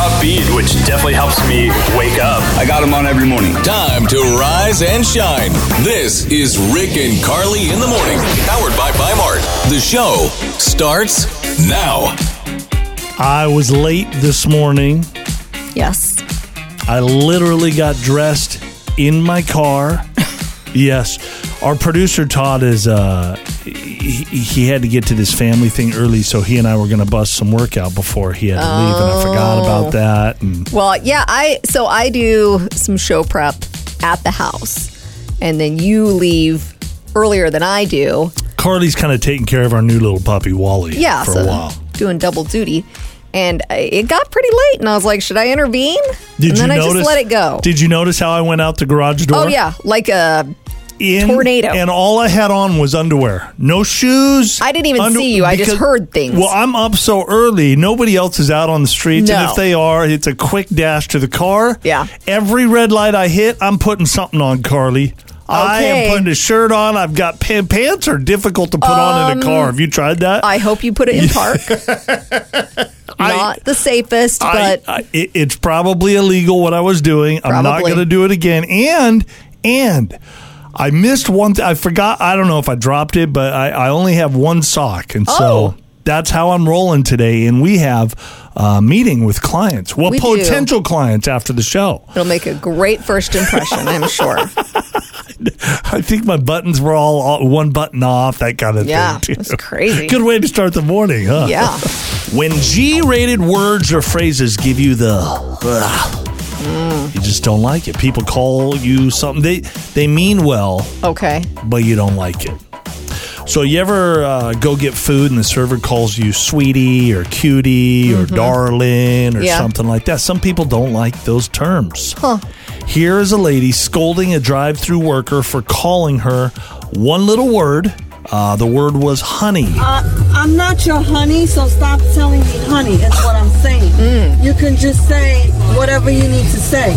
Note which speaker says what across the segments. Speaker 1: upbeat, which definitely helps me wake up.
Speaker 2: I got them on every morning.
Speaker 3: Time to rise and shine. This is Rick and Carly in the morning, powered by Mart. The show starts now.
Speaker 4: I was late this morning.
Speaker 5: Yes.
Speaker 4: I literally got dressed in my car. yes. Our producer Todd is uh he, he had to get to this family thing early, so he and I were gonna bust some workout before he had to leave,
Speaker 5: Oh.
Speaker 4: and I forgot about that. And
Speaker 5: Well, yeah, I so I do some show prep at the house. And then you leave earlier than I do.
Speaker 4: Carly's kind of taking care of our new little puppy Wally
Speaker 5: Yeah,
Speaker 4: for
Speaker 5: so
Speaker 4: a while.
Speaker 5: doing double duty. And I- it got pretty late and I was like, should I intervene?
Speaker 4: Did
Speaker 5: and then
Speaker 4: you
Speaker 5: I
Speaker 4: notice?
Speaker 5: just let it go.
Speaker 4: Did you notice how I went out the garage door?
Speaker 5: Oh yeah, like a
Speaker 4: in,
Speaker 5: Tornado.
Speaker 4: and all I had on was underwear, no shoes.
Speaker 5: I didn't even see you. I just heard things.
Speaker 4: Well, I'm up so early. Nobody else is out on the streets, and
Speaker 5: No.
Speaker 4: if they are, it's a quick dash to the car.
Speaker 5: Yeah.
Speaker 4: Every red light I hit, I'm putting something on, Carly. I am
Speaker 5: Okay.
Speaker 4: putting a shirt on. I've got pa- pants are difficult to put on in a car. Have you tried that?
Speaker 5: Um, I hope you put it in park. Not the safest,
Speaker 4: I-
Speaker 5: but
Speaker 4: I- it- it's probably illegal what I was doing. I'm not
Speaker 5: Probably.
Speaker 4: going to do it again. And and I missed one. Th- I forgot. I don't know if I dropped it, but I, I only have one sock, and
Speaker 5: Oh.
Speaker 4: so that's how I'm rolling today. And we have a meeting with clients. Well,
Speaker 5: We do.
Speaker 4: potential clients after the show.
Speaker 5: it'll make a great first impression, I'm sure.
Speaker 4: I think my buttons were all, all one button off. That kind of
Speaker 5: Yeah,
Speaker 4: thing. too.
Speaker 5: that's crazy.
Speaker 4: Good way to start the morning, huh?
Speaker 5: Yeah.
Speaker 4: When G rated words or phrases give you the ugh, you just don't like it. People call you something they they mean well,
Speaker 5: Okay.
Speaker 4: but you don't like it. So you ever uh, go get food and the server calls you sweetie or cutie or darling or
Speaker 5: Mm-hmm. Yeah.
Speaker 4: something like that? Some people don't like those terms. Here is a lady scolding a drive-through worker for calling her one little word. Uh, the word was honey.
Speaker 6: Uh, I'm not your honey, so stop telling me honey, is what I'm saying. You can just say whatever you need to say.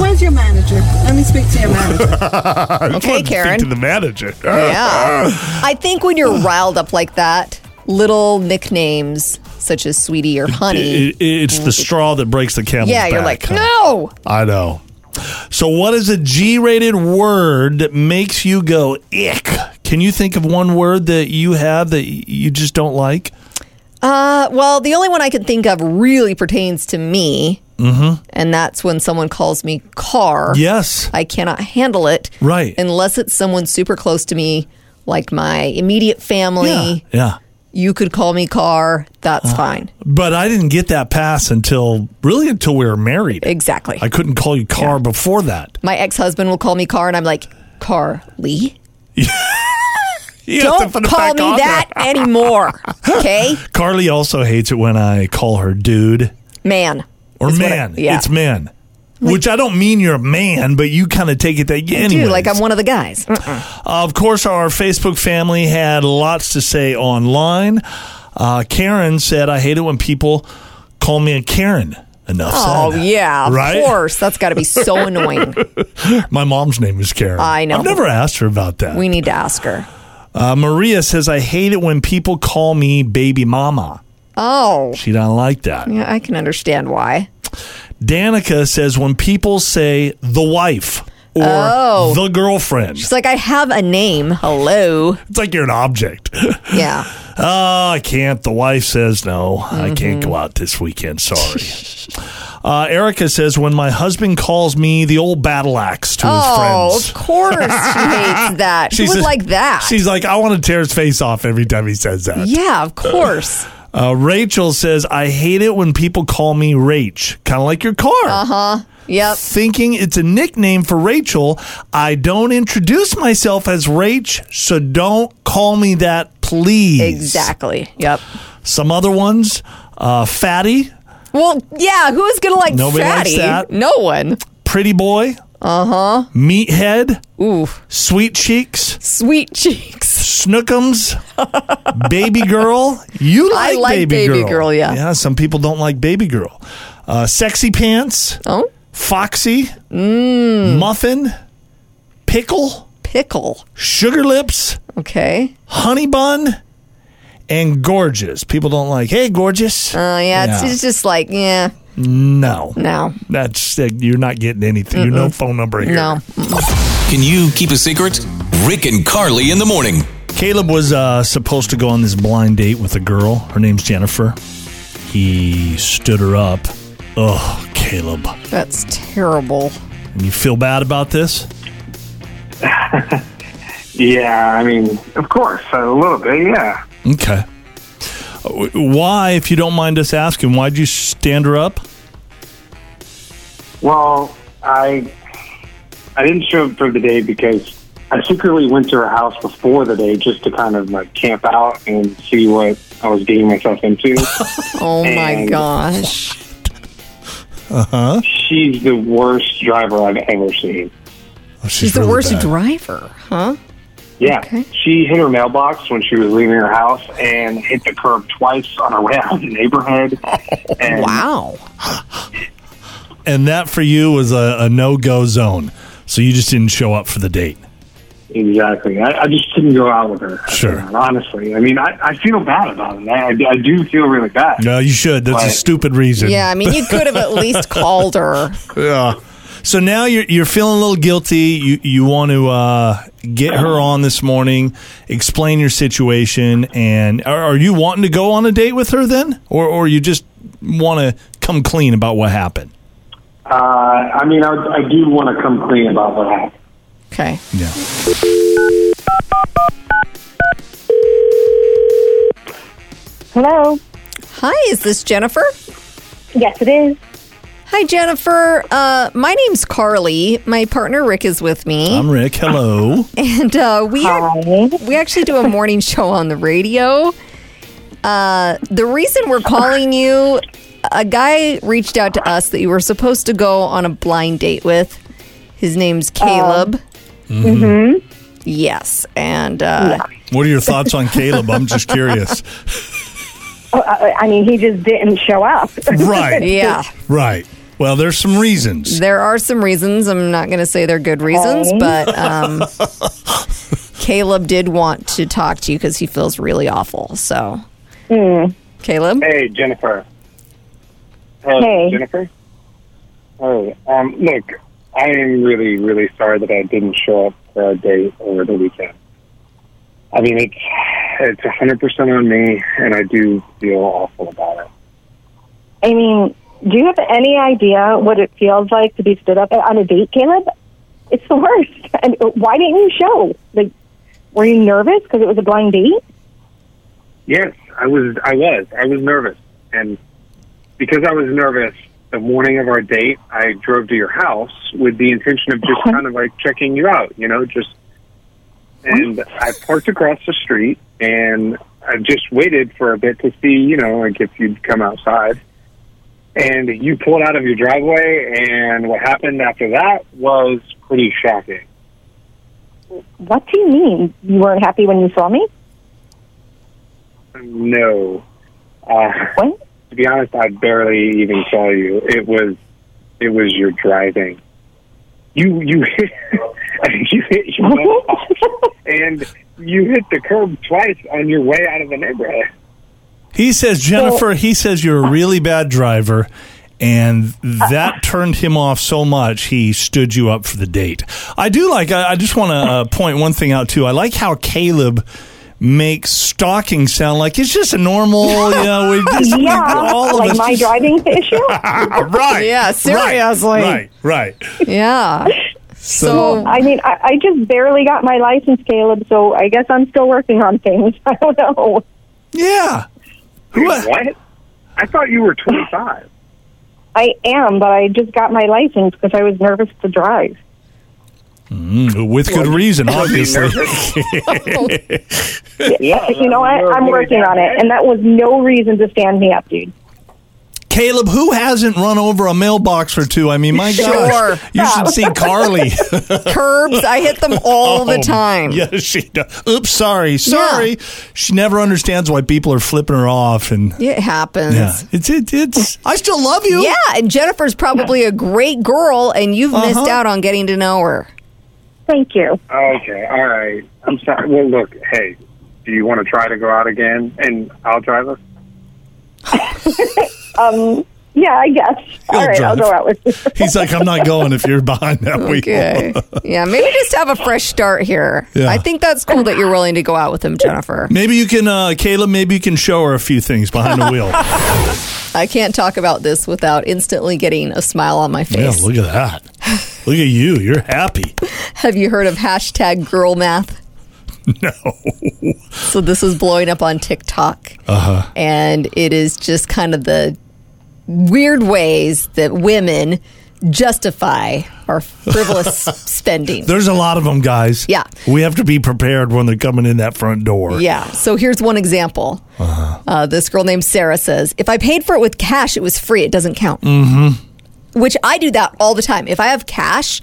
Speaker 6: Where's your manager? Let me speak to your manager.
Speaker 5: Okay, Karen.
Speaker 4: the manager.
Speaker 5: Yeah. I think when you're riled up like that, little nicknames such as sweetie or honey.
Speaker 4: It, it- it's the straw that breaks the camel's
Speaker 5: yeah,
Speaker 4: back.
Speaker 5: you're like,
Speaker 4: huh?
Speaker 5: no.
Speaker 4: I know. So, what is a G-rated word that makes you go ick? Can you think of one word that you have that you just don't like?
Speaker 5: Uh, well, the only one I can think of really pertains to me. Mm-hmm. And that's when someone calls me car.
Speaker 4: Yes.
Speaker 5: I cannot handle it.
Speaker 4: Right.
Speaker 5: Unless it's someone super close to me, like my immediate family.
Speaker 4: Yeah. Yeah.
Speaker 5: You could call me car. That's fine.
Speaker 4: But I didn't get that pass until really until we were married.
Speaker 5: Exactly.
Speaker 4: I couldn't call you car before that.
Speaker 5: my ex husband will call me car, and I'm like, Carly?
Speaker 4: You have to
Speaker 5: Don't
Speaker 4: put it
Speaker 5: call
Speaker 4: back
Speaker 5: me
Speaker 4: on there.
Speaker 5: that anymore. Okay?
Speaker 4: Carly also hates it when I call her dude.
Speaker 5: Man.
Speaker 4: or
Speaker 5: is what I-
Speaker 4: man.
Speaker 5: yeah.
Speaker 4: It's man. Which I don't mean you're a man, but you kind of take it that
Speaker 5: I
Speaker 4: yeah.
Speaker 5: do, like I'm one of the guys.
Speaker 4: of course, our Facebook family had lots to say online. Uh, Karen said, "I hate it when people call me a Karen." Enough
Speaker 5: Oh,
Speaker 4: said.
Speaker 5: yeah. Of
Speaker 4: right.
Speaker 5: course. That's got to be so annoying.
Speaker 4: My mom's name is Karen.
Speaker 5: I know.
Speaker 4: I've never asked her about that.
Speaker 5: We need to ask her.
Speaker 4: uh, Maria says, "I hate it when people call me baby mama."
Speaker 5: Oh.
Speaker 4: She don't like that.
Speaker 5: Yeah, I can understand why.
Speaker 4: Danica says, "When people say the wife or
Speaker 5: Oh.
Speaker 4: the girlfriend,
Speaker 5: It's like I have a name. Hello.
Speaker 4: it's like you're an object."
Speaker 5: Yeah.
Speaker 4: Oh, I can't. The wife says no. I can't
Speaker 5: Mm-hmm.
Speaker 4: go out this weekend. Sorry. uh, Erica says when my husband calls me the old battle axe to
Speaker 5: Oh,
Speaker 4: his
Speaker 5: of
Speaker 4: friends.
Speaker 5: course she hates that. She would
Speaker 4: just-
Speaker 5: like that.
Speaker 4: She's like, I want to tear his face off every time he says that.
Speaker 5: yeah, of course.
Speaker 4: Uh, Rachel says, I hate it when people call me Rach, kind of like your car. Uh-huh.
Speaker 5: Yep.
Speaker 4: Thinking it's a nickname for Rachel. I don't introduce myself as Rach, so don't call me that, please.
Speaker 5: Exactly. Yep.
Speaker 4: Some other ones, uh, Fatty.
Speaker 5: Well, yeah, who's going to like
Speaker 4: Nobody likes
Speaker 5: fatty?
Speaker 4: that.
Speaker 5: No one.
Speaker 4: Pretty Boy. Uh
Speaker 5: Uh-huh.
Speaker 4: huh. Meathead.
Speaker 5: Ooh,
Speaker 4: Sweet Cheeks.
Speaker 5: sweet cheeks.
Speaker 4: Snookums. baby Girl. You
Speaker 5: I
Speaker 4: like,
Speaker 5: like
Speaker 4: baby,
Speaker 5: Baby Girl, yeah.
Speaker 4: Yeah, some people don't like Baby Girl. Uh, sexy Pants.
Speaker 5: Oh, Mm.
Speaker 4: Foxy. Muffin. Pickle.
Speaker 5: pickle.
Speaker 4: Sugar Lips.
Speaker 5: Okay.
Speaker 4: Honey Bun. And Gorgeous. People don't like, hey, Gorgeous.
Speaker 5: Uh, yeah, It's,
Speaker 4: Yeah.
Speaker 5: it's just like, yeah.
Speaker 4: No.
Speaker 5: No.
Speaker 4: That's uh, you're not getting anything. You're no phone number here.
Speaker 5: No.
Speaker 3: Can you keep a secret? Rick and Carly in the morning.
Speaker 4: Caleb was uh, supposed to go on this blind date with a girl. Her name's Jennifer. He stood her up. Oh, Caleb.
Speaker 5: That's terrible.
Speaker 4: And you feel bad about this?
Speaker 2: Yeah, I mean, of course, a little bit. Yeah,
Speaker 4: Okay. Uh, Why, if you don't mind us asking, why'd you stand her up?
Speaker 2: Well, I I didn't show up for the day because I secretly went to her house before the day just to kind of like camp out and see what I was getting myself into.
Speaker 5: Oh my
Speaker 2: And-
Speaker 5: gosh.
Speaker 2: She's the worst driver I've ever seen.
Speaker 4: Oh, she's
Speaker 5: She's the
Speaker 4: really
Speaker 5: worst
Speaker 4: bad.
Speaker 5: driver, huh?
Speaker 2: Yeah,
Speaker 5: Okay.
Speaker 2: she hit her mailbox when she was leaving her house and hit the curb twice on her way out of the neighborhood. And
Speaker 5: Wow.
Speaker 4: And that for you was a, a no go zone. So you just didn't show up for the date.
Speaker 2: Exactly. I, I just couldn't go out with her. after
Speaker 4: Sure.
Speaker 2: that, honestly, I mean, I, I feel bad about it. I, I do feel really bad.
Speaker 4: No, you should. That's a
Speaker 2: Right.
Speaker 4: stupid reason.
Speaker 5: Yeah, I mean, you could have at least called her.
Speaker 4: Yeah. So now you're you're feeling a little guilty. You you want to uh, get her on this morning, explain your situation, and are, are you wanting to go on a date with her then, or or you just want to come clean about what happened?
Speaker 2: Uh, I mean, I, I do want to come clean about what happened.
Speaker 5: Okay.
Speaker 4: Yeah.
Speaker 7: Hello.
Speaker 5: Hi, is this Jennifer?
Speaker 7: Yes, it is.
Speaker 5: Hi, Jennifer. Uh, my name's Carly. My partner Rick is with me,
Speaker 4: I'm Rick. Hello.
Speaker 5: and uh, we are,
Speaker 7: Hi.
Speaker 5: we actually do a morning show on the radio. Uh, the reason we're calling you, a guy reached out to us that you were supposed to go on a blind date with. His name's Caleb. mm-hmm. Yes, and uh,
Speaker 4: What are your thoughts on Caleb? I'm just curious.
Speaker 7: Oh, I I mean, he just didn't show up.
Speaker 4: Right.
Speaker 5: yeah.
Speaker 4: Right. Well, there's some reasons.
Speaker 5: There are some reasons. I'm not going to say they're good reasons,
Speaker 7: Okay.
Speaker 5: but um, Caleb did want to talk to you because he feels really awful. So, Hmm. Caleb,
Speaker 2: Hey, Jennifer. Hey,
Speaker 7: Hey.
Speaker 2: Jennifer. Hey, um, look, I am really, really sorry that I didn't show up for our date over the weekend. I mean, it's it's hundred percent on me, and I do feel awful about it.
Speaker 7: I mean, do you have any idea what it feels like to be stood up on a date, Caleb? It's the worst. And why didn't you show? Like, were you nervous because it was a blind date?
Speaker 2: Yes, I was. I was. I was nervous, and because I was nervous, the morning of our date, I drove to your house with the intention of just kind of like checking you out, you know, just. And I parked across the street, and I just waited for a bit to see, you know, like if you'd come outside. And you pulled out of your driveway, and what happened after that was pretty shocking.
Speaker 7: What do you mean? You weren't happy when you saw me?
Speaker 2: No. Uh,
Speaker 7: What?
Speaker 2: to be honest, I barely even saw you. It was it was your driving. You you hit you hit your mailbox, and you hit the curb twice on your way out of the neighborhood.
Speaker 4: He says, Jennifer, he says you're a really bad driver. And that turned him off so much, he stood you up for the date. I do like, I, I just want to uh, point one thing out too. I like how Caleb makes stalking sound like it's just a normal, you know, we just,
Speaker 7: Yeah,
Speaker 4: all of
Speaker 7: like
Speaker 4: us.
Speaker 7: my driving issue.
Speaker 4: right.
Speaker 5: Yeah,
Speaker 4: right,
Speaker 5: seriously.
Speaker 4: Right, right.
Speaker 5: yeah. So,
Speaker 7: I mean, I, I just barely got my license, Caleb. So I guess I'm still working on things. I don't know.
Speaker 4: Yeah. What?
Speaker 2: What? I thought you were twenty five.
Speaker 7: I am, but I just got my license because I was nervous to drive.
Speaker 4: Mm, With good reason, obviously.
Speaker 2: yeah,
Speaker 7: You know what?
Speaker 2: you're
Speaker 7: I'm
Speaker 2: really
Speaker 7: working on
Speaker 2: bad.
Speaker 7: it, and that was no reason to stand me up, dude.
Speaker 4: Caleb, who hasn't run over a mailbox or two? I mean, my
Speaker 5: Sure.
Speaker 4: gosh, you should see Carly.
Speaker 5: curbs, I hit them all the time.
Speaker 4: Oh, Yeah, she does. Oops, sorry, sorry. She never understands why people are flipping her off, and
Speaker 5: It happens.
Speaker 4: yeah, it's it, it's. I still love you.
Speaker 5: Yeah, and Jennifer's probably a great girl, and you've missed
Speaker 4: Uh-huh.
Speaker 5: out on getting to know her.
Speaker 7: Thank you.
Speaker 8: Uh,
Speaker 2: Okay, all right. I'm sorry. Well, look, hey, do you want to try to go out again, and I'll drive us?
Speaker 7: Yeah, I guess.
Speaker 4: He'll
Speaker 7: All right, I'll
Speaker 4: drive.
Speaker 7: go out with you.
Speaker 4: He's like, I'm not going if you're behind that
Speaker 5: Okay.
Speaker 4: wheel.
Speaker 5: yeah, maybe just have a fresh start here.
Speaker 4: Yeah.
Speaker 5: I think that's cool that you're willing to go out with him, Jennifer.
Speaker 4: Maybe you can, uh, Caleb, maybe you can show her a few things behind the wheel.
Speaker 5: I can't talk about this without instantly getting a smile on my
Speaker 4: yeah,
Speaker 5: face.
Speaker 4: look at that. Look at you. You're happy.
Speaker 5: Have you heard of hashtag girl math?
Speaker 4: No.
Speaker 5: So this is blowing up on TikTok. Uh-huh. And it is just kind of the weird ways that women justify our frivolous spending.
Speaker 4: There's a lot of them, guys.
Speaker 5: Yeah.
Speaker 4: We have to be prepared when they're coming in that front door.
Speaker 5: Yeah. So here's one example.
Speaker 4: Uh-huh.
Speaker 5: Uh, this girl named Sarah says, if I paid for it with cash, it was free. It doesn't count. Mm-hmm. Which I do that all the time. If I have cash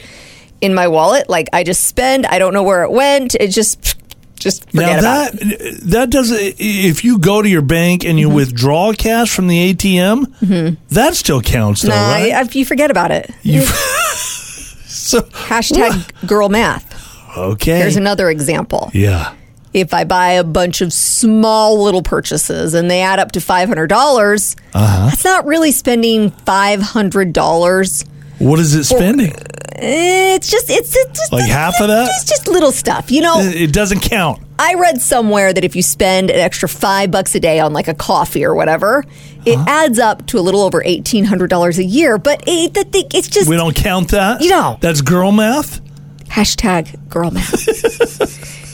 Speaker 5: in my wallet, like I just spend, I don't know where it went. It just, just forget
Speaker 4: Now
Speaker 5: about it. Mm-hmm.
Speaker 4: that that doesn't. If you go to your bank and you withdraw cash from the ATM, that still counts, though,
Speaker 5: Nah,
Speaker 4: right?
Speaker 5: I- you forget about it.
Speaker 4: You- so
Speaker 5: Hashtag girl math.
Speaker 4: okay.
Speaker 5: Here's another example.
Speaker 4: yeah.
Speaker 5: If I buy a bunch of small little purchases and they add up to $500, dollars
Speaker 4: Uh-huh.
Speaker 5: that's not really spending $500.
Speaker 4: What is it spending?
Speaker 5: It's just, it's, it's just
Speaker 4: Like half of that? Uh,
Speaker 5: It's just little stuff. You know,
Speaker 4: It doesn't count.
Speaker 5: I read somewhere that if you spend an extra five bucks a day on like a coffee or whatever,
Speaker 4: Uh-huh.
Speaker 5: it adds up to a little over $1,800 a year. But it, that thing- it's just
Speaker 4: We don't count that.
Speaker 5: You don't.
Speaker 4: That's girl math.
Speaker 5: Hashtag girl math.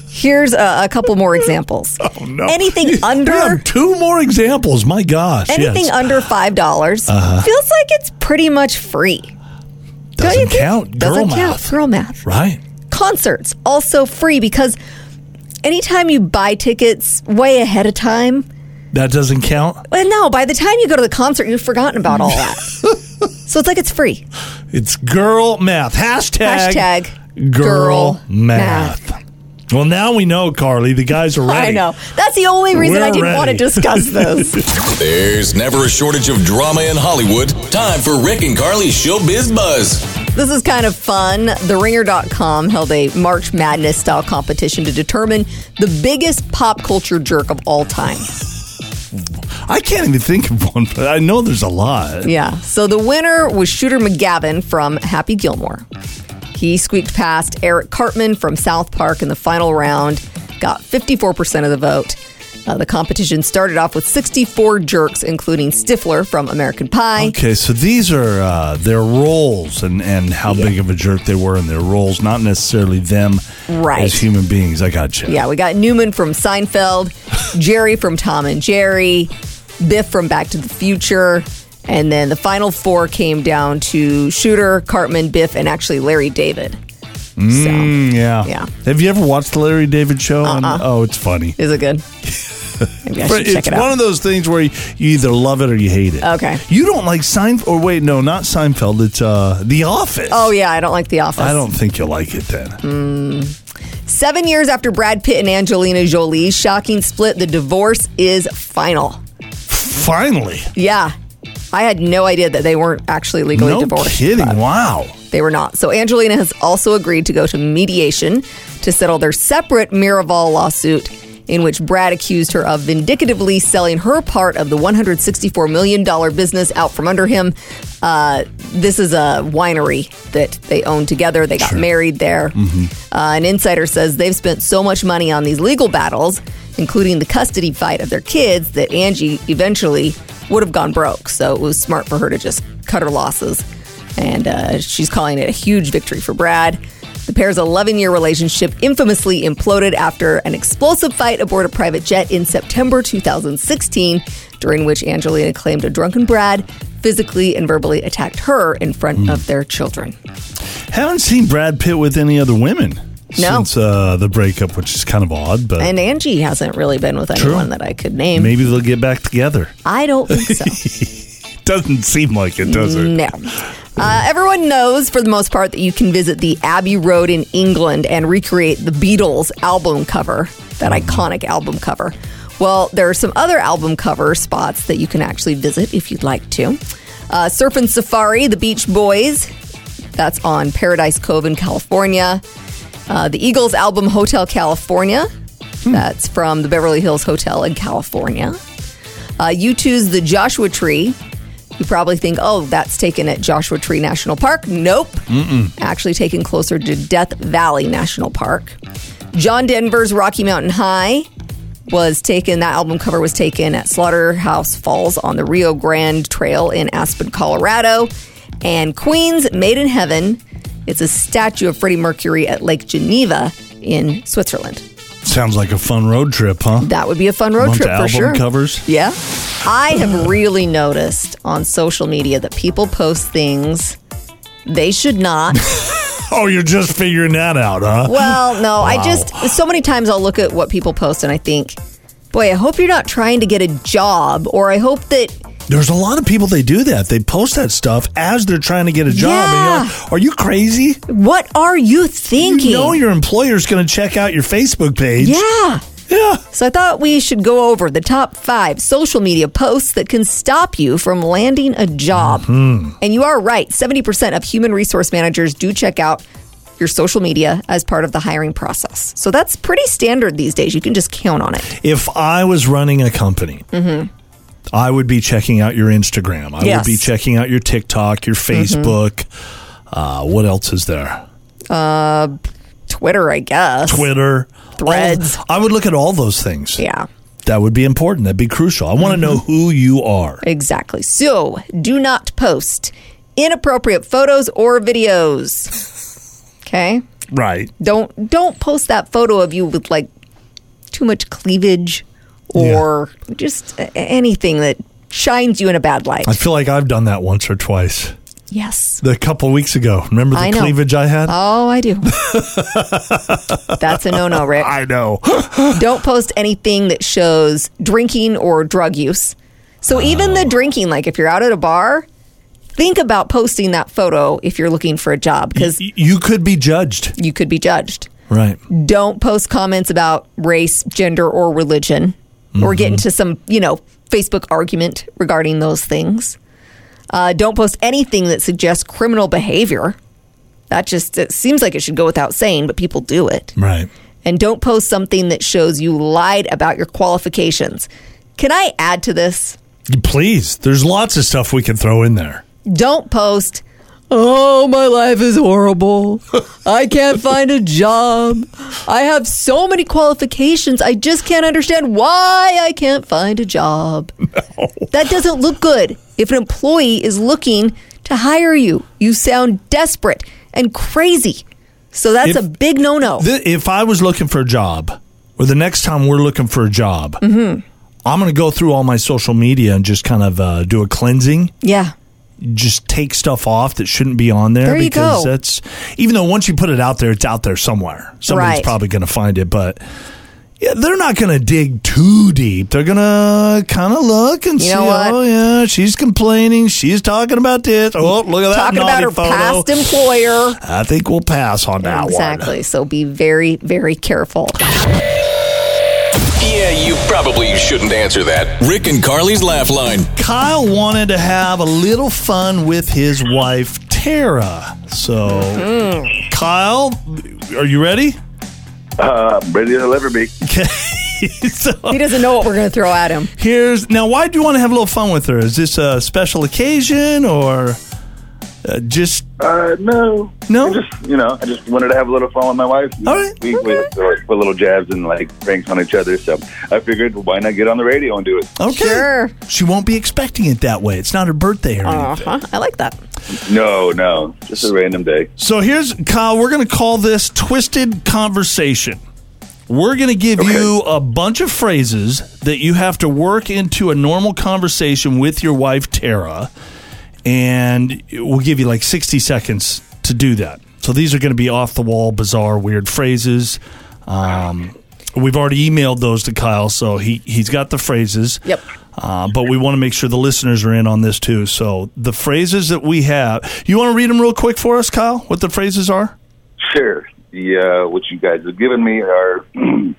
Speaker 5: Here's a, a couple more examples. Oh,
Speaker 4: No.
Speaker 5: Anything
Speaker 4: You-
Speaker 5: under
Speaker 4: you have two more examples. My gosh.
Speaker 5: anything
Speaker 4: yes.
Speaker 5: under five dollars feels like it's pretty much free.
Speaker 4: Uh-huh. doesn't
Speaker 5: think?
Speaker 4: count. Girl
Speaker 5: Doesn't
Speaker 4: math.
Speaker 5: count. Girl math.
Speaker 4: Right.
Speaker 5: Concerts also free because anytime you buy tickets way ahead of time,
Speaker 4: That doesn't count.
Speaker 5: well, no, by the time you go to the concert, you've forgotten about all that. so it's like it's free.
Speaker 4: It's girl math. Hashtag.
Speaker 5: Hashtag
Speaker 4: girl math. Well, now we know, Carly. The guys are ready.
Speaker 5: I know. That's the only reason
Speaker 4: We're
Speaker 5: I didn't want to
Speaker 4: ready.
Speaker 5: discuss this.
Speaker 3: There's never a shortage of drama in Hollywood. Time for Rick and Carly's Showbiz Buzz.
Speaker 5: This is kind of fun. TheRinger.com held a March Madness style competition to determine the biggest pop culture jerk of all time.
Speaker 4: I can't even think of one, but I know there's a lot.
Speaker 5: Yeah. So the winner was Shooter McGavin from Happy Gilmore. He squeaked past Eric Cartman from South Park in the final round, got 54% of the vote. Uh, the competition started off with 64 jerks, including Stifler from American Pie.
Speaker 4: Okay, so these are uh, their roles and, and how big of a jerk they were in their roles, not necessarily them
Speaker 5: Right.
Speaker 4: as human beings. I got you.
Speaker 5: Yeah, we got Newman from Seinfeld, Jerry from Tom and Jerry, Biff from Back to the Future, and then the final four came down to Shooter, Cartman, Biff, and actually Larry David. So,
Speaker 4: Mm, yeah.
Speaker 5: Yeah.
Speaker 4: Have you ever watched the Larry David show? And- oh, it's funny.
Speaker 5: is it good? Maybe I
Speaker 4: But
Speaker 5: should
Speaker 4: It's
Speaker 5: check it
Speaker 4: one
Speaker 5: out.
Speaker 4: of those things where you either love it or you hate it.
Speaker 5: Okay.
Speaker 4: You don't like Seinfeld, or wait, no, not Seinfeld. It's uh, The Office.
Speaker 5: Oh Mm. yeah, I don't like The Office.
Speaker 4: I don't think you'll like it then.
Speaker 5: Seven years after Brad Pitt and Angelina Jolie's shocking split, the divorce is final.
Speaker 4: Finally.
Speaker 5: Yeah, I had no idea that they weren't actually legally
Speaker 4: no
Speaker 5: divorced.
Speaker 4: kidding.
Speaker 5: but-
Speaker 4: Wow.
Speaker 5: They were not. So Angelina has also agreed to go to mediation to settle their separate Miraval lawsuit in which Brad accused her of vindictively selling her part of the $164 million business out from under him. Uh, this is a winery that they own together. They got married there. Uh, an insider says they've spent so much money on these legal battles, including the custody fight of their kids, that Angie eventually would have gone broke. So it was smart for her to just cut her losses and uh, she's calling it a huge victory for Brad. The pair's 11 year relationship infamously imploded after an explosive fight aboard a private jet in September 2016, during which Angelina claimed a drunken Brad physically and verbally attacked her in front of their children.
Speaker 4: Haven't seen Brad Pitt with any other women
Speaker 5: No.
Speaker 4: since uh, the breakup, which is kind of odd, but
Speaker 5: And Angie hasn't really been with anyone that I could name.
Speaker 4: maybe they'll get back together.
Speaker 5: I don't think so.
Speaker 4: Doesn't seem like it, does it?
Speaker 5: No. Uh, everyone knows, for the most part, that you can visit the Abbey Road in England and recreate the Beatles album cover, that iconic album cover. Well, there are some other album cover spots that you can actually visit if you'd like to. Uh, Surf and Safari, the Beach Boys, that's on Paradise Cove in California. Uh, the Eagles album Hotel California, that's from the Beverly Hills Hotel in California. Uh, U2's The Joshua Tree, You probably think, oh, that's taken at Joshua Tree National Park. Nope. Actually, taken closer to Death Valley National Park. John Denver's Rocky Mountain High was taken, that album cover was taken at Slaughterhouse Falls on the Rio Grande Trail in Aspen, Colorado. And Queen's Made in Heaven, it's a statue of Freddie Mercury at Lake Geneva in Switzerland.
Speaker 4: Sounds like a fun road trip, huh?
Speaker 5: That would be a fun road
Speaker 4: Bunch
Speaker 5: trip
Speaker 4: of
Speaker 5: for
Speaker 4: album
Speaker 5: sure.
Speaker 4: covers.
Speaker 5: Yeah. I have really noticed on social media that people post things they should not.
Speaker 4: Oh, you're just figuring that out, huh?
Speaker 5: Well, no, I
Speaker 4: Wow.
Speaker 5: just, so many times I'll look at what people post and I think, boy, I hope you're not trying to get a job or I hope that
Speaker 4: There's a lot of people they do that. They post that stuff as they're trying to get a job. And you're like, Are you crazy?
Speaker 5: What are you thinking?
Speaker 4: You know your employer's going to check out your Facebook page.
Speaker 5: yeah.
Speaker 4: Yeah.
Speaker 5: So I thought we should go over the top five social media posts that can stop you from landing a job. And you are right. 70% of human resource managers do check out your social media as part of the hiring process. So that's pretty standard these days. You can just count on it.
Speaker 4: If I was running a company, I would be checking out your Instagram. I
Speaker 5: Mm-hmm. Yes. Mm-hmm.
Speaker 4: would be checking out your TikTok, your Facebook. Uh, what else is there?
Speaker 5: Twitter, I guess.
Speaker 4: Twitter,
Speaker 5: Threads.
Speaker 4: All- I would look at all those things.
Speaker 5: Yeah. Mm-hmm.
Speaker 4: That would be important. That'd be crucial. I want to know who you are.
Speaker 5: Exactly. So do not post inappropriate photos or videos. Okay.
Speaker 4: Right.
Speaker 5: Don't don't post that photo of you with like too much cleavage or just a- anything that shines you in a bad light.
Speaker 4: I feel like I've done that once or twice.
Speaker 5: yes.
Speaker 4: The couple weeks ago. Remember the
Speaker 5: I know.
Speaker 4: cleavage I had?
Speaker 5: Oh, I do. That's a no-no, Rick.
Speaker 4: I know.
Speaker 5: Don't post anything that shows drinking or drug use. So even
Speaker 4: Oh.
Speaker 5: the drinking, like if you're out at a bar, think about posting that photo if you're looking for a job because
Speaker 4: Y- you could be judged.
Speaker 5: you could be judged.
Speaker 4: Right.
Speaker 5: Don't post comments about race, gender, or religion, or get into some you know Facebook argument regarding those things. Uh, don't post anything that suggests criminal behavior. That just it seems like it should go without saying, but people do it
Speaker 4: Right.
Speaker 5: and don't post something that shows you lied about your qualifications. Can I add to this?
Speaker 4: Please. There's lots of stuff we can throw in there.
Speaker 5: Don't post, oh, my life is horrible. I can't find a job. I have so many qualifications. I just can't understand why I can't find a job. That doesn't look good. If an employee is looking to hire you, you sound desperate and crazy. So that's
Speaker 4: If-
Speaker 5: a big no no.
Speaker 4: Th- if I was looking for a job, or the next time we're looking for a job, I'm going to go through all my social media and just kind of uh, do a cleansing.
Speaker 5: yeah.
Speaker 4: Just take stuff off that shouldn't be on there
Speaker 5: There you
Speaker 4: because
Speaker 5: go.
Speaker 4: that's even though once you put it out there, it's out there somewhere. Somebody's
Speaker 5: Right.
Speaker 4: probably going to find it, but. Yeah, they're not going to dig too deep. They're going to kind of look and
Speaker 5: You
Speaker 4: see.
Speaker 5: know what?
Speaker 4: Oh yeah, she's complaining. She's talking about this. Oh, look at that
Speaker 5: Talking about
Speaker 4: naughty
Speaker 5: her
Speaker 4: photo.
Speaker 5: past employer.
Speaker 4: I think we'll pass on that one.
Speaker 5: Exactly. So be very, very careful.
Speaker 3: Yeah, you probably shouldn't answer that. Rick and Carly's Laugh Line.
Speaker 4: Kyle wanted to have a little fun with his wife, Tara. So, Kyle, are you ready?
Speaker 8: Ready to ever be.
Speaker 4: Okay. so
Speaker 5: He doesn't know what we're going to throw at him.
Speaker 4: here's now. Why do you want to have a little fun with her? Is this a special occasion or uh, just
Speaker 8: Uh, no.
Speaker 4: No?
Speaker 8: I just, you know, I just wanted to have a little fun with my wife.
Speaker 4: All right,
Speaker 8: We, we
Speaker 4: okay.
Speaker 8: put little jabs and like pranks on each other. So I figured, why not get on the radio and do it?
Speaker 4: okay?
Speaker 5: Sure.
Speaker 4: She won't be expecting it that way. It's not her birthday or anything.
Speaker 5: Uh-huh. I like that.
Speaker 8: No, no, just a random day.
Speaker 4: So here's Kyle. We're going to call this twisted conversation. We're going to give you a bunch of phrases that you have to work into a normal conversation with your wife Tara, and we'll give you like 60 seconds to do that. So these are going to be off the wall, bizarre, weird phrases. Um, we've already emailed those to Kyle, so he he's got the phrases.
Speaker 5: Yep.
Speaker 4: Uh, but we want to make sure the listeners are in on this too. So the phrases that we have, you want to read them real quick for us, Kyle? What the phrases are?
Speaker 8: Sure. The uh, what you guys have given me are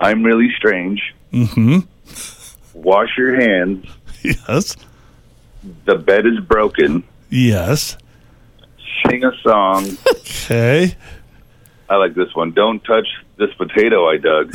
Speaker 8: I'm really strange. Mm-hmm.
Speaker 4: Mm-hmm.
Speaker 8: Wash your hands.
Speaker 4: Yes.
Speaker 8: The bed is broken.
Speaker 4: Yes.
Speaker 8: Sing a song.
Speaker 4: Okay.
Speaker 8: I like this one. Don't touch this potato I dug.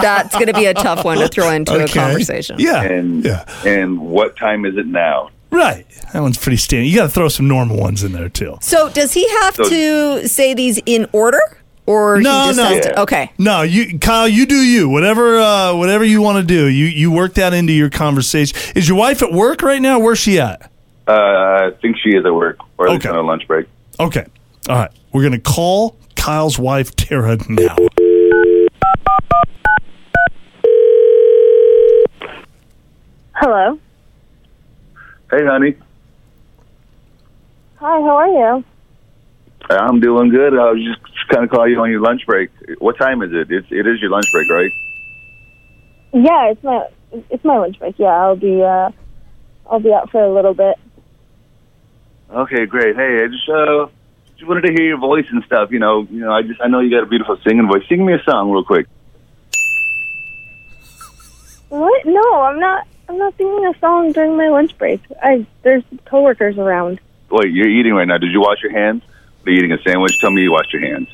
Speaker 5: That's going to be a tough one to throw into a
Speaker 4: Okay.
Speaker 5: conversation.
Speaker 4: Yeah.
Speaker 8: And
Speaker 4: yeah.
Speaker 8: and what time is it now?
Speaker 4: Right. That one's pretty standard. You got to throw some normal ones in there too.
Speaker 5: So does he have
Speaker 8: So-
Speaker 5: to say these in order, or
Speaker 4: No,
Speaker 5: he just
Speaker 4: no.
Speaker 5: has to? Okay.
Speaker 4: No, you, Kyle. You do you. Whatever, uh, whatever you want to do. You you work that into your conversation. Is your wife at work right now? Where's she at?
Speaker 8: Uh, I think she is at work, or at least
Speaker 4: Okay.
Speaker 8: on a lunch break.
Speaker 4: Okay. All right. We're gonna call Kyle's wife Tara now.
Speaker 7: Hello.
Speaker 8: Hey, honey.
Speaker 7: Hi, how are you?
Speaker 8: I'm doing good. I was just kind of calling you on your lunch break. What time is it? It's, it is your lunch break, right?
Speaker 7: Yeah, it's my it's my lunch break. Yeah, I'll be uh I'll be out for a little bit.
Speaker 8: Okay, great. Hey, I just uh, just wanted to hear your voice and stuff. You know, you know, I just I know you got a beautiful singing voice. Sing me a song real quick.
Speaker 7: What? No, I'm not I'm not singing a song during my lunch break. I there's coworkers around.
Speaker 8: Wait, you're eating right now. Did you wash your hands? Are you eating a sandwich? Tell me you washed your hands.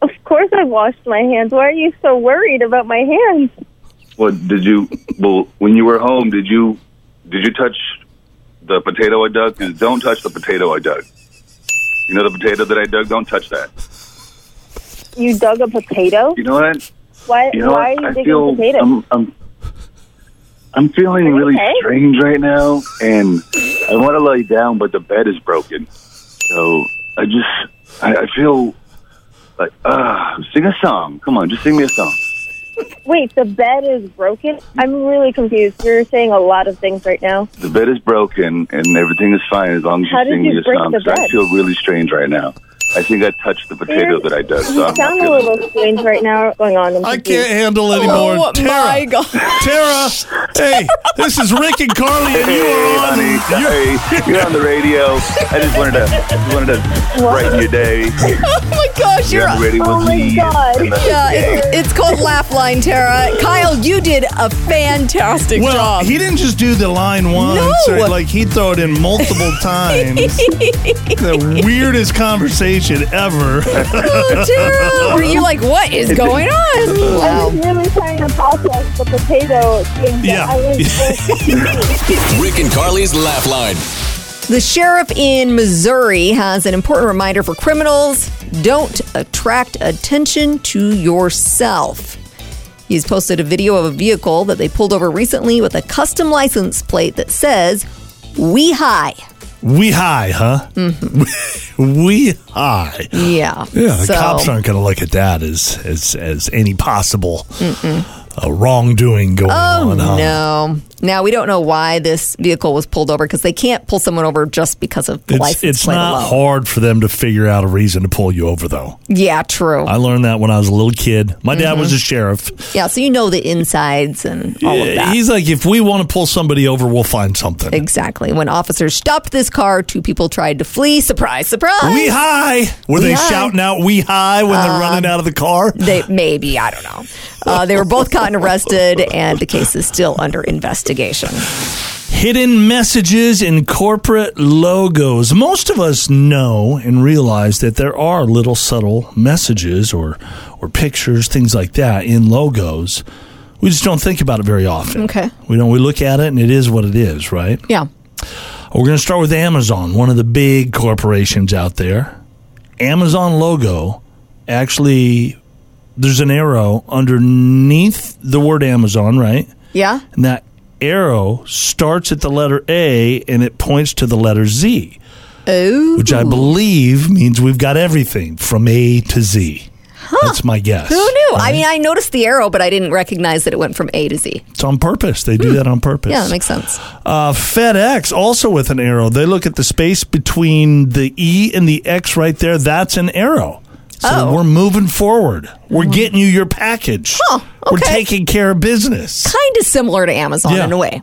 Speaker 7: Of course I washed my hands. Why are you so worried about my hands?
Speaker 8: Well, did you? Well, when you were home, did you did you touch the potato I dug? 'Cause don't touch the potato I dug. You know the potato that I dug. Don't touch that.
Speaker 7: You dug a potato?
Speaker 8: You know what?
Speaker 7: Why
Speaker 8: You know
Speaker 7: why
Speaker 8: what?
Speaker 7: are you
Speaker 8: I
Speaker 7: digging
Speaker 8: feel
Speaker 7: potatoes?
Speaker 8: I'm, I'm I'm feeling
Speaker 7: you
Speaker 8: really
Speaker 7: okay?
Speaker 8: strange right now, and I want to lay down, but the bed is broken. So I just I, I feel like ah, sing a song. Come on, just sing me a song.
Speaker 7: Wait, the bed is broken? I'm really confused. You're saying a lot of things right now.
Speaker 8: The bed is broken, and everything is fine as long as
Speaker 7: How
Speaker 8: you
Speaker 7: did
Speaker 8: sing
Speaker 7: you
Speaker 8: me a
Speaker 7: break
Speaker 8: song.
Speaker 7: the
Speaker 8: So I
Speaker 7: bed?
Speaker 8: feel really strange right now. I think I touched the potato
Speaker 7: You're-
Speaker 8: that I dug. So
Speaker 7: You
Speaker 8: I'm
Speaker 7: sound
Speaker 8: not
Speaker 7: a
Speaker 8: feeling
Speaker 7: little strange right now. What's going on? I'm
Speaker 4: I
Speaker 7: confused.
Speaker 4: can't handle anymore.
Speaker 5: Oh
Speaker 4: Tara,
Speaker 5: my god!
Speaker 4: Tara. Hey, this is Rick and Carly, and you
Speaker 8: Hey,
Speaker 4: are on.
Speaker 8: honey,
Speaker 4: you're-
Speaker 8: sorry. You're on the radio. I just wanted to just wanted to brighten your day.
Speaker 5: Oh my gosh! You're
Speaker 8: You're on the radio
Speaker 7: Oh
Speaker 8: with
Speaker 7: my
Speaker 8: me.
Speaker 7: God.
Speaker 8: And the-
Speaker 5: yeah. It's, it's called laugh line, Tara. Kyle, you did a fantastic
Speaker 4: Well,
Speaker 5: job.
Speaker 4: he didn't just do the line once.
Speaker 5: No.
Speaker 4: or, like he throw it in multiple times. the weirdest conversation ever.
Speaker 5: oh, Tara, were you like, what is going on?
Speaker 7: I was really trying to process the potato thing. but
Speaker 4: Yeah.
Speaker 7: I was
Speaker 3: Rick and Carly's Laugh Line.
Speaker 5: The sheriff in Missouri has an important reminder for criminals don't attract attention to yourself. He's posted a video of a vehicle that they pulled over recently with a custom license plate that says, We High.
Speaker 4: we high, huh? we high.
Speaker 5: Mm-hmm. Yeah.
Speaker 4: Yeah, the
Speaker 5: So-
Speaker 4: cops aren't going to look at that as as as any possible uh, wrongdoing going
Speaker 5: Oh,
Speaker 4: on. huh?
Speaker 5: No. Now, we don't know why this vehicle was pulled over because they can't pull someone over just because of the
Speaker 4: It's,
Speaker 5: license
Speaker 4: it's
Speaker 5: plate
Speaker 4: not
Speaker 5: alone.
Speaker 4: hard for them to figure out a reason to pull you over, though.
Speaker 5: Yeah, true.
Speaker 4: I learned that when I was a little kid. My dad was a sheriff.
Speaker 5: yeah, so you know the insides and Mm-hmm. all of that.
Speaker 4: He's like, if we want to pull somebody over, we'll find something.
Speaker 5: Exactly. When officers stopped this car, two people tried to flee. Surprise, surprise.
Speaker 4: We high. Were
Speaker 5: We
Speaker 4: they
Speaker 5: high. Um,
Speaker 4: shouting out "We high" when they're running out of the car?
Speaker 5: they maybe I don't know. Uh, they were both caught and arrested, and the case is still under investigation.
Speaker 4: Hidden messages in corporate logos. Most of us know and realize that there are little subtle messages or or pictures, things like that, in logos. We just don't think about it very often.
Speaker 5: Okay.
Speaker 4: We don't. We look at it, and it is what it is, right?
Speaker 5: Yeah.
Speaker 4: We're going to start with Amazon, one of the big corporations out there. Amazon logo actually, there's an arrow underneath the word Amazon, right?
Speaker 5: Yeah.
Speaker 4: And that arrow starts at the letter A and it points to the letter Z,
Speaker 5: Oh.
Speaker 4: which I believe means we've got everything from A to Z. That's my guess.
Speaker 5: Who knew? I mean, I noticed the arrow, but I didn't recognize that it went from A to Z.
Speaker 4: It's on purpose. They do that on purpose.
Speaker 5: Hmm. Yeah, that makes sense.
Speaker 4: Uh, FedEx also with an arrow. They look at the space between the E and the X right there. That's an arrow. So
Speaker 5: Oh. Mm.
Speaker 4: we're moving forward. We're getting you your package.
Speaker 5: Huh,
Speaker 4: We're
Speaker 5: okay.
Speaker 4: taking care of business.
Speaker 5: Kind of similar to Amazon
Speaker 4: Yeah.
Speaker 5: in a way.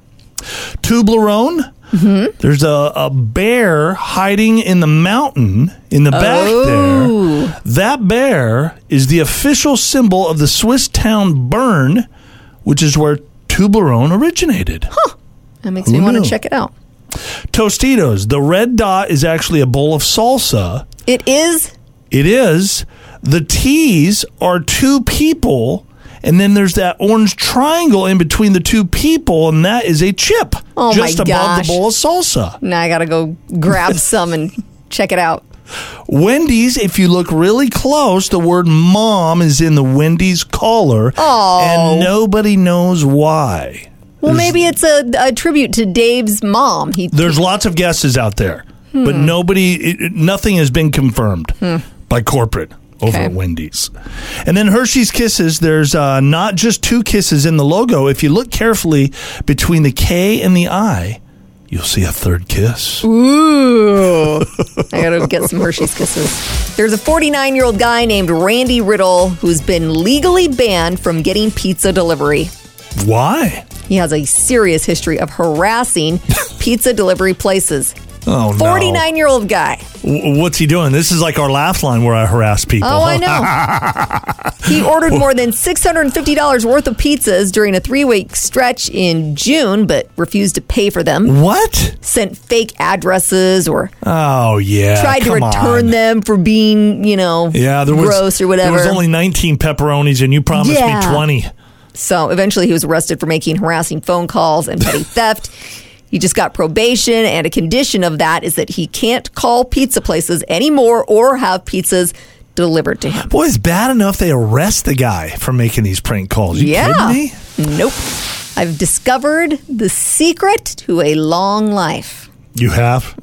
Speaker 4: Tublerone.
Speaker 5: Mm-hmm.
Speaker 4: There's a, a bear hiding in the mountain in the back
Speaker 5: Oh.
Speaker 4: there. That bear is the official symbol of the Swiss town Bern, which is where Tublerone originated.
Speaker 5: That makes
Speaker 4: Who
Speaker 5: me want
Speaker 4: knew?
Speaker 5: to check it out.
Speaker 4: Tostitos. The red dot is actually a bowl of salsa.
Speaker 5: It is.
Speaker 4: It is. The T's are two people, And then there's that orange triangle in between the two people, and that is a chip
Speaker 5: Oh my
Speaker 4: just above
Speaker 5: gosh.
Speaker 4: the bowl of salsa.
Speaker 5: Now I gotta go grab some and check it out.
Speaker 4: Wendy's, if you look really close, the word mom is in the Wendy's collar.
Speaker 5: Oh.
Speaker 4: And nobody knows why.
Speaker 5: Well, maybe it's a, a tribute to Dave's mom. He
Speaker 4: There's lots of guesses out there, but
Speaker 5: Hmm.
Speaker 4: nobody, it- it- nothing has been confirmed by corporate over
Speaker 5: Okay.
Speaker 4: at Wendy's. And then Hershey's Kisses, there's uh, not just two kisses in the logo. If you look carefully between the K and the I, you'll see a third kiss.
Speaker 5: Ooh. I gotta get some Hershey's kisses. There's a 49 year old guy named Randy Riddle who's been legally banned from getting pizza delivery.
Speaker 4: Why?
Speaker 5: He has a serious history of harassing pizza delivery places.
Speaker 4: Oh, no.
Speaker 5: 49 year old guy.
Speaker 4: W- What's he doing? This is like our laugh line where I harass people.
Speaker 5: Oh, I know. he ordered more than $650 worth of pizzas during a three week stretch in June, but refused to pay for them,
Speaker 4: What?
Speaker 5: sent fake addresses, or
Speaker 4: Oh yeah.
Speaker 5: tried to
Speaker 4: come
Speaker 5: return
Speaker 4: on.
Speaker 5: them for being, you know,
Speaker 4: Yeah, there was
Speaker 5: gross or whatever.
Speaker 4: There was only 19 pepperonis, and you promised
Speaker 5: Yeah.
Speaker 4: me 20.
Speaker 5: so eventually he was arrested for making harassing phone calls and petty theft. He just got probation, and a condition of that is that he can't call pizza places anymore or have pizzas delivered to him.
Speaker 4: Boy, it's bad enough they arrest the guy for making these prank calls. You
Speaker 5: yeah.
Speaker 4: kidding me?
Speaker 5: Nope. I've discovered the secret to a long life.
Speaker 4: You have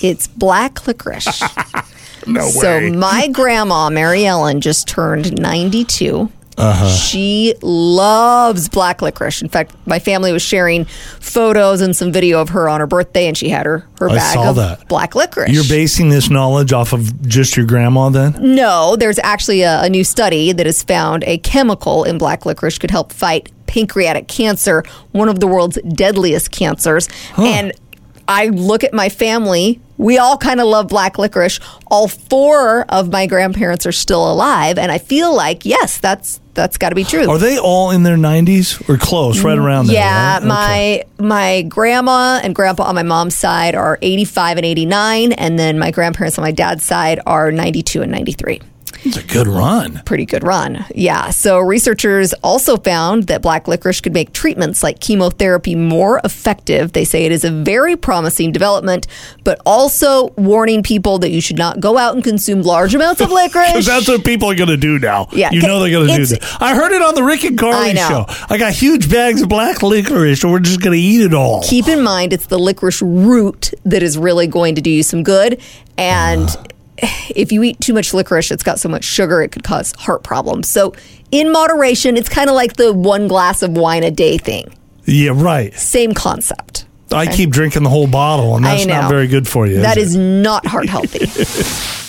Speaker 5: It's black licorice.
Speaker 4: no
Speaker 5: So my grandma, Mary Ellen, just turned 92.
Speaker 4: Uh-huh.
Speaker 5: She loves black licorice. In fact, my family was sharing photos and some video of her on her birthday, and she had her, her
Speaker 4: I
Speaker 5: bag
Speaker 4: saw
Speaker 5: of
Speaker 4: that.
Speaker 5: black licorice.
Speaker 4: You're basing this knowledge off of just your grandma, then?
Speaker 5: no, there's actually a, a new study that has found a chemical in black licorice could help fight pancreatic cancer, one of the world's deadliest cancers. And I look at my family. We all kind of love black licorice. All four of my grandparents are still alive, and I feel like yes, that's that's got to be true.
Speaker 4: Are they all in their 90s or close, right around there?
Speaker 5: Mm, Yeah,
Speaker 4: right?
Speaker 5: my
Speaker 4: Okay.
Speaker 5: my grandma and grandpa on my mom's side are 85 and 89, and then my grandparents on my dad's side are 92 and 93
Speaker 4: It's a good run.
Speaker 5: pretty good run. Yeah. So researchers also found that black licorice could make treatments like chemotherapy more effective. They say it is a very promising development, but also warning people that you should not go out and consume large amounts of licorice.
Speaker 4: Because that's what people are going to do now.
Speaker 5: Yeah,
Speaker 4: you know they're going to do
Speaker 5: it's-
Speaker 4: that. I heard it on the Rick and Carly
Speaker 5: I know.
Speaker 4: show. I got huge bags of black licorice, and we're just going to eat it all.
Speaker 5: Keep in mind, it's the licorice root that is really going to do you some good. And if you eat too much licorice, it's got so much sugar, it could cause heart problems. So, in moderation, it's kind of like the one glass of wine a day thing.
Speaker 4: yeah, right.
Speaker 5: Same concept.
Speaker 4: I keep drinking the whole bottle, and
Speaker 5: I
Speaker 4: that's not
Speaker 5: know.
Speaker 4: very good for you.
Speaker 5: That is
Speaker 4: it?
Speaker 5: not heart healthy.